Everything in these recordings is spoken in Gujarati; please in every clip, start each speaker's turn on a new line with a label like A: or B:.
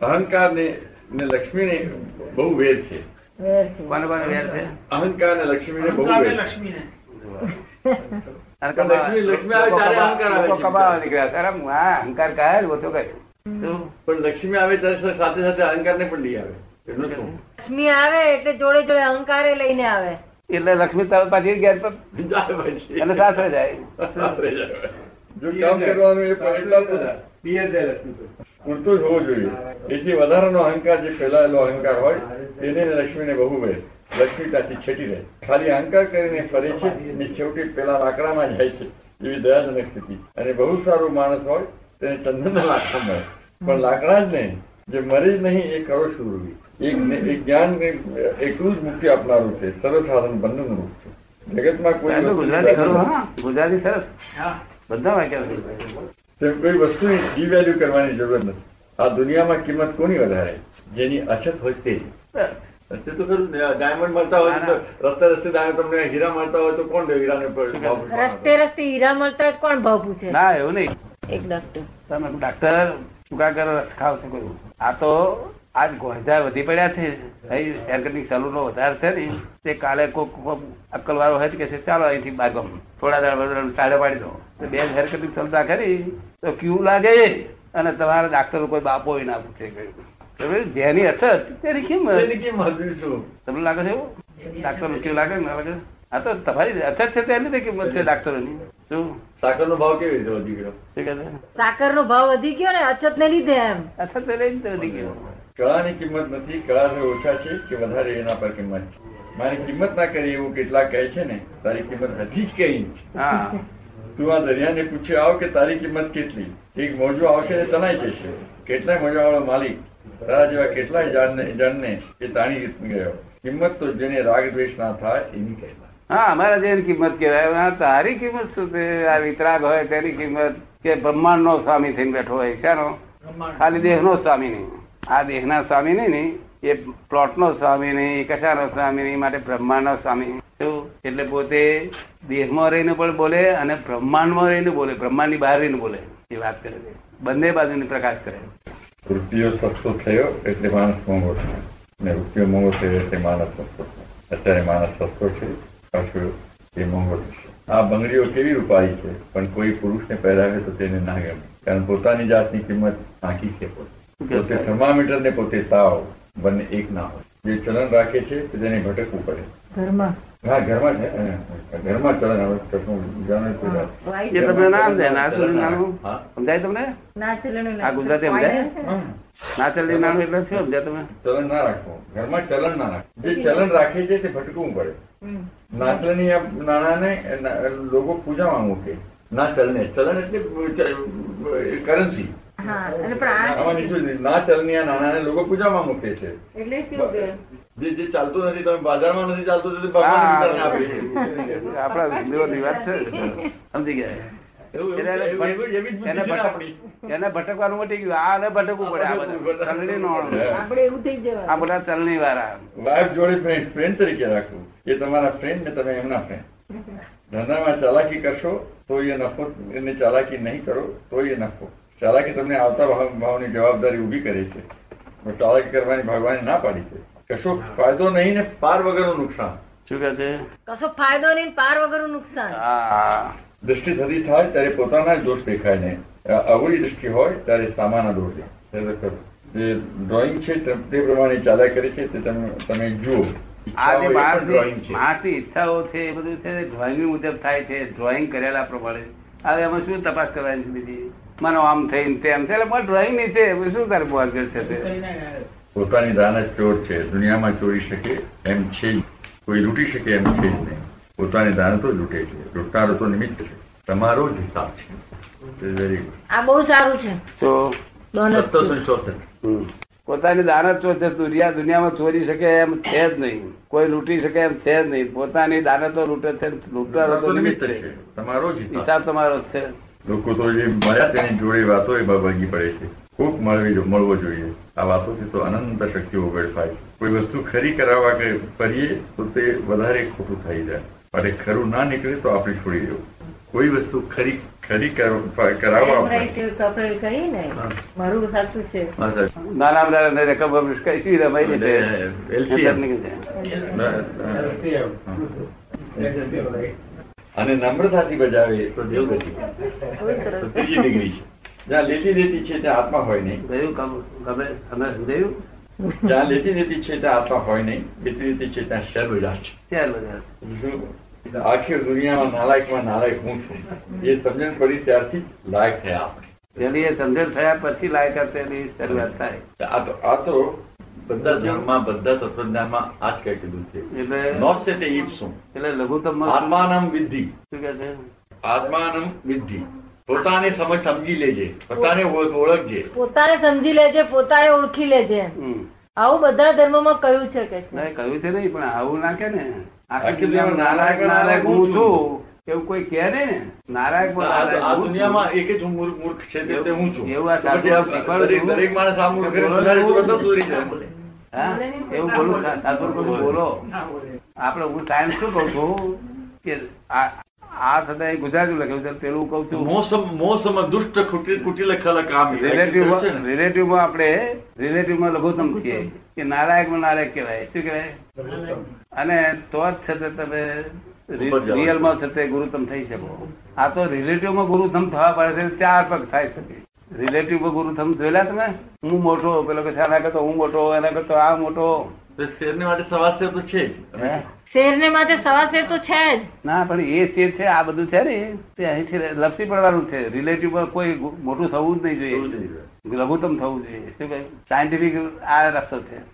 A: અહંકાર ને ને લક્ષ્મી ને બહુ વેર છે
B: કોને કોને વેર છે
A: અહંકાર ને લક્ષ્મી ને બહુ
C: અહંકાર ને
A: વેર છે
C: લક્ષ્મીને
B: અહંકાર માં
A: લક્ષ્મી- લક્ષ્મી આવે ત્યારે અહંકાર આવે છે.
B: લોકો કબાવા નીકળ્યા ત્યારે હું, હા, અહંકાર કાયર હોતો કાંઈ.
C: તો
A: પણ લક્ષ્મી આવે ત્યારે સાથે સાથે અહંકાર ને પણ લઈ આવે એટલું શું
D: લક્ષ્મી આવે એટલે જોડે જોડે અહંકારે લઈને આવે
B: એટલે લક્ષ્મી તારો પાછી ઘેર પર
A: જાય પછી.
B: અને સાસરે જાય
A: આવે જાય. જો કામ કરવાનું એ પરિણામ
E: પિયર જાય લક્ષ્મી તો.
A: પૂરતું જ હોવું જોઈએ એથી વધારાનો અહંકાર જે ફેલાયેલો અહંકાર હોય તેને અને લક્ષ્મીને બહુ વેર લક્ષ્મી ત્યાંથી છેટી રહે ખાલી અહંકાર કરીને ફરે છે ને છેવટે પેલા લાકડામાં જાય છે એવી દયાજનક સ્થિતિ અને બહુ સારું માણસ હોય તેને ચંદનના લાકડો મળે પણ લાકડા જ નહીં જે મરે જ નહીં એ કરો શૂરવી એક એક જ્ઞાન ને એકલું જ મુક્તિ આપનારું છે સર્વસાધારણ બંધન રૂપ છે જગતમાં કોઈ
B: પહેલું
A: વસ્તુ
B: ગુજરાતી
A: નથી.
B: ખરું હા ગુજરાતી સરસ
C: હા
B: બધા વાંચ્યા છે.
A: તેમ કોઈ વસ્તુની ડિવેલ્યુ કરવાની જરૂર નથી આ દુનિયામાં કિંમત કોની વધારે જેની અછત હોય તે અછત તો ખરું ને ડાયમંડ મળતા હોય તો રસ્તે રસ્તે ડાયમંડ તમને હીરા મળતા હોય તો કોણ દે હીરાને પર- ભાવ પૂછવાનો?
D: રસ્તે રસ્તે હીરા મળતા જ કોણ ભાવ પૂછે
B: ના એવું નહીં
D: એક ડોક્ટર
B: તમે ડોક્ટર ટૂંકા કરો રસ ખાવ છો કહ્યું આ તો આજ ગોંધા વધી પડ્યા છે ભાઈ એરકટની સલૂનો વધારે છે ને તે કાલે કોક કોક અક્કલવાળો હોય તો કે છે ચાલો અહીંથી બાર ગામ થોડા દાડા ટાળે પાડી દો તો બે હેરકટની સલતા કરી તો ક્યુ લાગે અને તમારા ડાક્ટરો કોઈ બાપો ના પૂછે કહ્યું તમે જેની અસર તેની કિંમત
A: એની કિંમત શું?
B: તમને લાગે છે એવું ડાક્ટરનું ક્યુ લાગે ને ના લાગે આ તો તમારી અસર છે તેની તે કિંમત છે ડાક્ટરોની શું
A: સાકરનો ભાવ કેવી રીતે વધી ગયો
B: શું કહે છે
D: સાકર નો ભાવ વધી ગયો ને અછત ને લીધે એમ
B: અસર તો રહી જ વધી ગયો
A: કળાની કિંમત નથી કળા તો ઓછા છે કે વધારે એના પર કિંમત છે મારી કિંમત ના કરી એવું કેટલાક કહે છે ને તારી કિંમત હજી જ કઈ નથી.
B: હા
A: તું આ દરિયાને પૂછી આવ કે તારી કિંમત કેટલી એક મોજો આવશે ને તણાઈ જશે કેટલાય મોજાવાળો માલિક તારા જેવા કેટલાય જાણને જાણને કે તાણી રીતની ગયો કિંમત તો જેને રાગ દ્વેષ ના થાય એની કહેવાય
B: હા અમારા જેની કિંમત કહેવાય આ તારી કિંમત શું છે આ વિતરાગ હોય તેની કિંમત કે બ્રહ્માંડ નો સ્વામી થઈને બેઠો હોય શાનો
C: બ્રહ્માંડ
B: ખાલી દેહ નો સ્વામી નહીં આ દેહ ના સ્વામી નહીં ને એ પ્લોટ નો સ્વામી નહીં કશાનો સ્વામી નહીં માટે બ્રહ્માંડ નો સ્વામી શું એટલે પોતે દેહમાં રહીને પણ બોલે અને બ્રહ્માંડમાં રહીને બોલે બ્રહ્માંડની બહાર રહીને બોલે એ વાત કરે છે બંને બાજુની પ્રકાશ કરે
A: રૂપિયો સસ્તો થયો એટલે માણસ મોંઘો થયો ને રૂપિયો મોંઘો થયો એટલે માણસ સસ્તો થયો અત્યારે માણસ સસ્તો છે પાછું એ મોંઘો થશે આ બંગડીઓ કેવી રૂપાળી છે પણ કોઈ પુરુષને પહેરાવે તો તેને ના ગમે કારણ પોતાની જાતની કિંમત આંકી છે પોતે પોતે થર્મામીટર ને પોતે તાવ બંને એક ના હોય જે ચલણ રાખે છે તો તેને ભટકવું પડે
D: ઘરમાં
A: હા ઘરમાં છે અ, ઘરમાં ચલણ હવે ચશ્મો જાણે કોઈ વાત.
B: એ તમને ના સમજાય ના સમજાય નાનું
A: હા.
B: સમજાય તમને
D: ના ચલણ
B: આ ગુજરાતી સમજાય?
A: હા.
B: ના ચાલે નાનું એટલે શું સમજાય તમે
A: ચલણ ના રાખવું ઘરમાં ચલણ ના રાખવું જે ચલણ રાખે છે તે ભટકવું પડે નાચલની આ નાણાંને ના- લોકો પૂજામાં મૂકે ના ચલને ચલણ એટલે કરન્સી
D: હા અને પણ આ
A: આમાં નીચું જ નહીં. ના ચલની આ નાણાંને લોકો પૂજામાં મૂકે છે
D: એટલે કેવું કે
A: જે જે ચાલતું નથી તમે બાજારમાં નથી ચાલતું તો ભગવાન ચલણ આપે છે
B: આપણા હિન્દુઓની વાત છે સમજી ગયા
A: એવું-
B: એને-
A: એવું- એવું- એવી જ બુદ્ધિ
B: એને
A: છે ને આપણી.
B: ભટક- એને ભટકવાનું મટી ગયું આને ભટકવું પડે આ બધું ચલણી નો
D: આપણે એવું થઈ જવાનું
B: આ બધા ચલણી વાળા
A: વાઇફ જોડે ફ્રેન્ડ ફ્રેન્ડ તરીકે રાખવું એ તમારા ફ્રેન્ડ ને તમે એમના ફ્રેન્ડ ધંધામાં ચાલાકી કરશો તો એ નફો એને ચાલાકી નહીં કરો તો એ નફો ચાલાકી તમને આવતા ભાવ- ભાવની જવાબદારી ઊભી કરે છે પણ ચાલાકી કરવાની ભગવાને ના પાડી છે કશો ફાયદો નહીં ને પાર વગરનું નુકસાન
B: શું કહે છે
D: કશો ફાયદો નહીં ને પાર વગરનું નુકસાન
B: હા
A: દ્રષ્ટિ થતી થાય ત્યારે પોતાના જ દોષ દેખાય નહીં અ- અવળી દ્રષ્ટિ હોય ત્યારે સામાના દોષ દેખાય એટલે ખરું. જે ડ્રોઈંગ છે તે તે પ્રમાણે ચાલ્યા કરે છે તે તમે તમે જુઓ
B: આ જે
A: ડ્રોઈંગ
B: માણસ
A: છે
B: માણસની ઈચ્છાઓ છે એ બધું છે ને ડ્રોઈંગ મુજબ થાય છે ડ્રોઈંગ કરેલા પ્રમાણે હવે એમાં શું તપાસ કરવાની છે બીજી મને આમ થઈને તેમ થઈને પણ ડ્રોઈંગ નહીં છે હવે શું તારે આગળ છે તે?
C: કરીને
A: પોતાની દાન જ ચોર છે દુનિયામાં ચોરી શકે એમ છે જ. કોઈ લૂંટી શકે એમ છે જ નહીં પોતાની દાન તો લૂંટે છે લૂંટનારો તો નિમિત્ત છે તમારો જ હિસાબ છે વેરી ગુડ
D: આ બહુ સારું છે
B: તો
D: ડોનટ
A: સત્તરસો ને ચોસઠ
B: હમ. પોતાની દાનત ચોથે દુનિયા દુનિયામાં ચોરી શકે એમ છે જ નહીં કોઈ લૂંટી શકે એમ છે જ નહીં પોતાની દાનતો લૂંટે છે લૂંટનારો
A: તમારો
B: તો
A: તો નિમિત્ત
B: નિમિત્ત
A: છે
B: છે
A: તમારો જ હિસાબ
B: હિસાબ તમારો જ છે
A: લોકો તો જે મળ્યા તેની જોડે વાતો એ ભાગી પડે છે કોક મળવી જો- મળવો જોઈએ આ વાતોથી તો અનંત શક્તિઓ વેડફાય છે. કોઈ વસ્તુ ખરી કરાવવા કે કરીએ તો તે વધારે ખોટું થઈ જાય માટે ખરું ના નીકળે તો આપણે છોડી દેવું કોઈ વસ્તુ ખરી ખરી કરવા-
D: એમ
A: કરાવવા
D: નહીં
A: પડે.
D: કે કપડે કહી ને મારું સાચું છે
A: હા, સાહેબ.
B: નાના અમદાવાદ રકમ બમ કઈ શી રમાઈ રહી છે?
A: LCM.
B: નીકળી જાય.
A: ના, ના. અને નમ્રતાથી બજાવે તો દેવગતિ તો ત્રીજી ડિગ્રી છે જ્યાં લેતી દેતી છે ત્યાં આત્મા હોય નહીં
B: ગયું ગમ- ગમે તમને સમજાયું
A: જ્યાં લેતી દેતી છે ત્યાં આત્મા હોય નહીં લેતી દેતી છે ત્યાં શેર બજાર છે
B: ચાર બધા
A: શું? આખી દુનિયામાં નાલાયકમાં નાલાયક હું છું એ સમજણ પડી ત્યારથી લાયક થયા આપણે
B: પેલી એ સમજણ થયા પછી લાયક તેની શરૂઆત થાય
A: આ તો આ તો બધા ધર્મમાં બધા તત્વજ્ઞાનમાં આ જ કહી કીધું છે
B: એટલે
A: નોસ્તે તે ઈપ્સુમ
B: એટલે લઘુત્તમ
A: આત્માનમ વિદ્ધિ
B: શું કે છે
A: આત્માનમ વિદ્ધિ પોતાને સમજ સમજી લેજે પોતાને ઓળખ- ઓળખજે
D: પોતાને સમજી લેજે પોતાને ઓળખી લેજે
B: હમ.
D: આવું બધા ધર્મોમાં કહ્યું છે કે છે
B: ના, એ કહ્યું છે નહીં પણ આવું ના કે ને
A: આખી
B: આખી દુનિયામાં નારાયક નારાયક હું છું એવું કોઈ કહે ને નારાયક પણ
A: આ
B: નારાયક
A: આ
B: હું છું.
A: દુનિયામાં એક જ હું મૂર્ખ- મૂર્ખ છે તે- તે હું છું
B: એવું આ સાધુ
A: તો પછી આ
B: શીખવાડું
A: દરેક
B: છું.
A: દરેક માણસ આ મૂર્ખ કરે, સુધારે તો બધા સુધરી જાય.
B: હા? એવું બોલું સા- સાધુ બોલું બોલો આપડે હું ટાઈમ શું કઉ છું કે આ આ થતા એ ગુજરાતી લખ્યું છે પેલું કઉ
A: તો
B: છું
A: મોસમ મોસમ દુષ્ટ કુટી કુટી લખેલા કામ છે.
B: રિલેટિવમાં રિલેટિવમાં આપણે રિલેટિવમાં લઘુત્તમ છીએ કે નારાયકમાં નારાયક કહેવાય શું કહેવાય અને તો જ છતાં તમે
A: ઉપર જવાનું.
B: રિયલમાં છતાં ગુરુત્તમ થઈ શકો આ તો રિલેટિવમાં ગુરુત્તમ થવા પડે છે ચાર પગ થાય શકે રિલેટિવમાં ગુરુત્તમ જોયેલા તમે હું મોટો પેલો કે છે, આના કરતો હું મોટો એના કરતો આ મોટો
A: તો શેરની માટે સવાલ છે તો છે જ.
B: હે?
D: શેરને માટે સવા શેર તો છે જ
B: ના પણ એ તે છે આ બધું છે ને તે અહીંથી લપસી પડવાનું છે રિલેટિવમાં કોઈ ગુ- મોટું થવું જ નહીં
A: એવું જ
B: જોઈએ
A: નહીં રહે.
B: લઘુત્તમ થવું જોઈએ શું કહ્યું સાયન્ટિફિક આ રસ્તો છે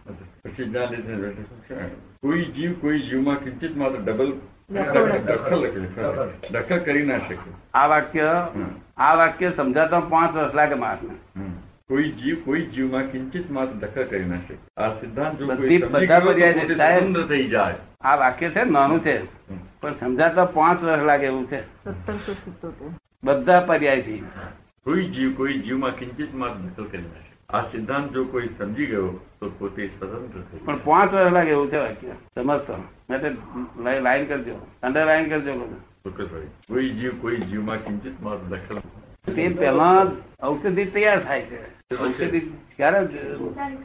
A: પછી જ્ઞાન લીધે બેઠે. કોઈ જીવ કોઈ જીવમાં કિંચિત માત્ર ડબલ
D: દખલ.
A: દખલ લખે. દખલ કરી ના શકે
B: આ વાક્ય
A: હમ.
B: આ વાક્ય સમજાતા પાંચ વર્ષ લાગે માણસને
A: હમ. કોઈ જીવ કોઈ જીવમાં કિંચિત માત્ર દખલ કરી ના શકે આ સિદ્ધાંત જો કોઈ
B: બધી-
A: સમજી ગયો
B: બધા
A: તો
B: પર્યાય છે,
A: પોતે
B: સાહેબ.
A: સ્વતંત્ર થઈ જાય
B: આ વાક્ય છે ને, નાનું છે
A: હમ.
B: પણ સમજાતા પાંચ વર્ષ લાગે એવું છે
D: સત્તરસો સિત્તોતેર
B: બધા પર્યાયથી
A: કોઈ જીવ કોઈ જીવમાં કિંચિત માત્ર દખલ કરી ના શકે આ સિદ્ધાંત જો કોઈ સમજી ગયો તો પોતે સ્વતંત્ર થઈ જાય
B: પણ પાંચ વર્ષ લાગે એવું છે વાક્ય સમજતો એટલે લાઈન કરજો અંડરલાઈન કરજો બધું.
A: ચોક્કસપણે. કોઈ જીવ કોઈ જીવમાં કિંચિત માત્ર દખલ
B: તે પહેલા જ ઔષધિ તૈયાર થાય છે ઔષધિ ક્યારે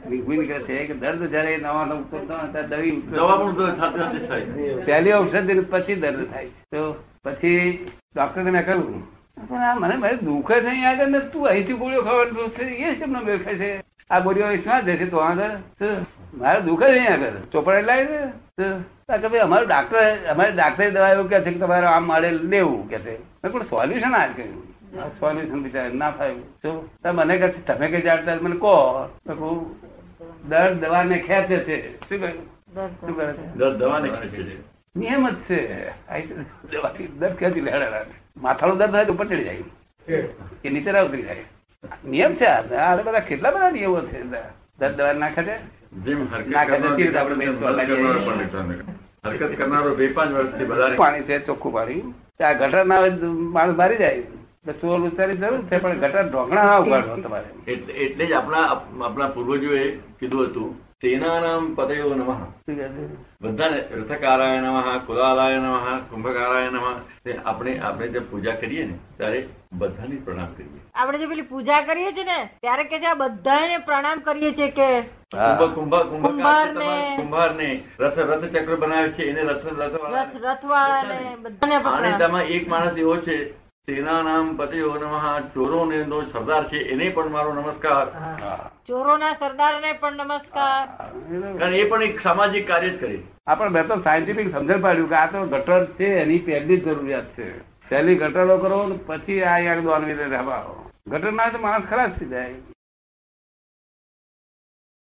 B: નીકળી નીકળે છે કે દર્દ જયારે નવા નવ ઉતરતો હોય ત્યારે દવી ઉતરતો હોય.
A: દવા પણ સાથે સાથે થાય
B: પહેલી ઔષધિ ને પછી દર્દ થાય તો પછી ડોક્ટર મેં કહ્યું પણ આ મને મારે દુખે છે અહીંયા આગળ ને તું અહીંથી ગોળીઓ ખાવાનું દુઃખ છે એ શેમનો મેળ ખાય છે આ ગોળીઓ અહીં શ્વાસ જશે તો આગળ શું? મારે દુખે છે અહીંયા આગળ ચોપડે લાવી દે કે ભાઈ અમારું ડાક્ટર અમારે ડાક્ટરે દવા એવું કહે છે કે તમારે આમ મારે લેવું કે છે મેં પણ સોલ્યુશન આ જ કહ્યું સોલ્યુશન બિચારા ના ફાવ્યું શું તો મને કહે છે, તમે કઈ જાણતા મને કહો મેં કહું દર્દ દવાને ખેંચે છે શું કહ્યું શું કરે છે
A: દર દવાને ખેંચે છે
B: નિયમ જ છે આ રીતે દવાથી દર્દ ક્યાંથી લેવડાવે? માથાનું દર્દ થાય તો ઉપર ચડી જાય કે નીચે ના ઉતરી જાય નિયમ છે આ આ બધા કેટલા બધા નિયમો છે દર્દ દવા નાખે છે
A: જેમ હરકત
B: ના,
A: કરનાર
B: કદાચ
A: કેટલા
B: આપણે
A: બધા
B: બેસવા લાગીએ.
A: કરનારો પણ રહેતા નથી. હરકત કરનારો બે પાંચ વર્ષથી વધારે
B: પાણી છે ચોખ્ખું પાણી આ ગટર ના આવે તો માણસ મારી જાય તો ચોર ઉતારી જરૂર છે પણ ગટર ઢોકણા ના ઉગાડો તમારે
A: એટલે એટલે જ આપણા આપણા પૂર્વજોએ કીધું હતું તેના નામ પતયો નમઃ
B: શું કહે છે?
A: બધાને ઋતકારાય નમઃ કુલાલાય નમઃ કુંભકારાય નમઃ તે આપણે આપણે જે પૂજા કરીએ ને ત્યારે બધાને પ્રણામ કરીએ
D: આપણે જે પેલી પૂજા કરીએ છીએ ને ત્યારે કે છે આ બધાને પ્રણામ કરીએ છીએ કે
A: કુંભ કુંભ કુંભકાર છે
D: કુંભારને-
A: તમારા- કુંભારને રથ રથ ચક્ર બનાવે છે એને રથ રથવાળાને.
D: રથ રથવાળાને બધાને
A: અને
D: પ્રણામ
A: તેમાં એક માણસ એવો છે તેના નામ પતયો નમઃ ચોરો ને સરદાર છે એને પણ મારો નમસ્કાર
B: હા.
D: ચોરોના સરદારને પણ નમસ્કાર
A: કારણ એ પણ એક સામાજિક કાર્ય જ કરે
B: આપણે મેં તો સાયન્ટિફિક સમજણ પાડ્યું કે આ તો ગટર છે એની પહેલી જ જરૂરિયાત છે પહેલી ગટરો કરો ને પછી આ યાર દોનવીને રમાવો ગટર ના હોય તો માણસ ખરાબ થઈ જાય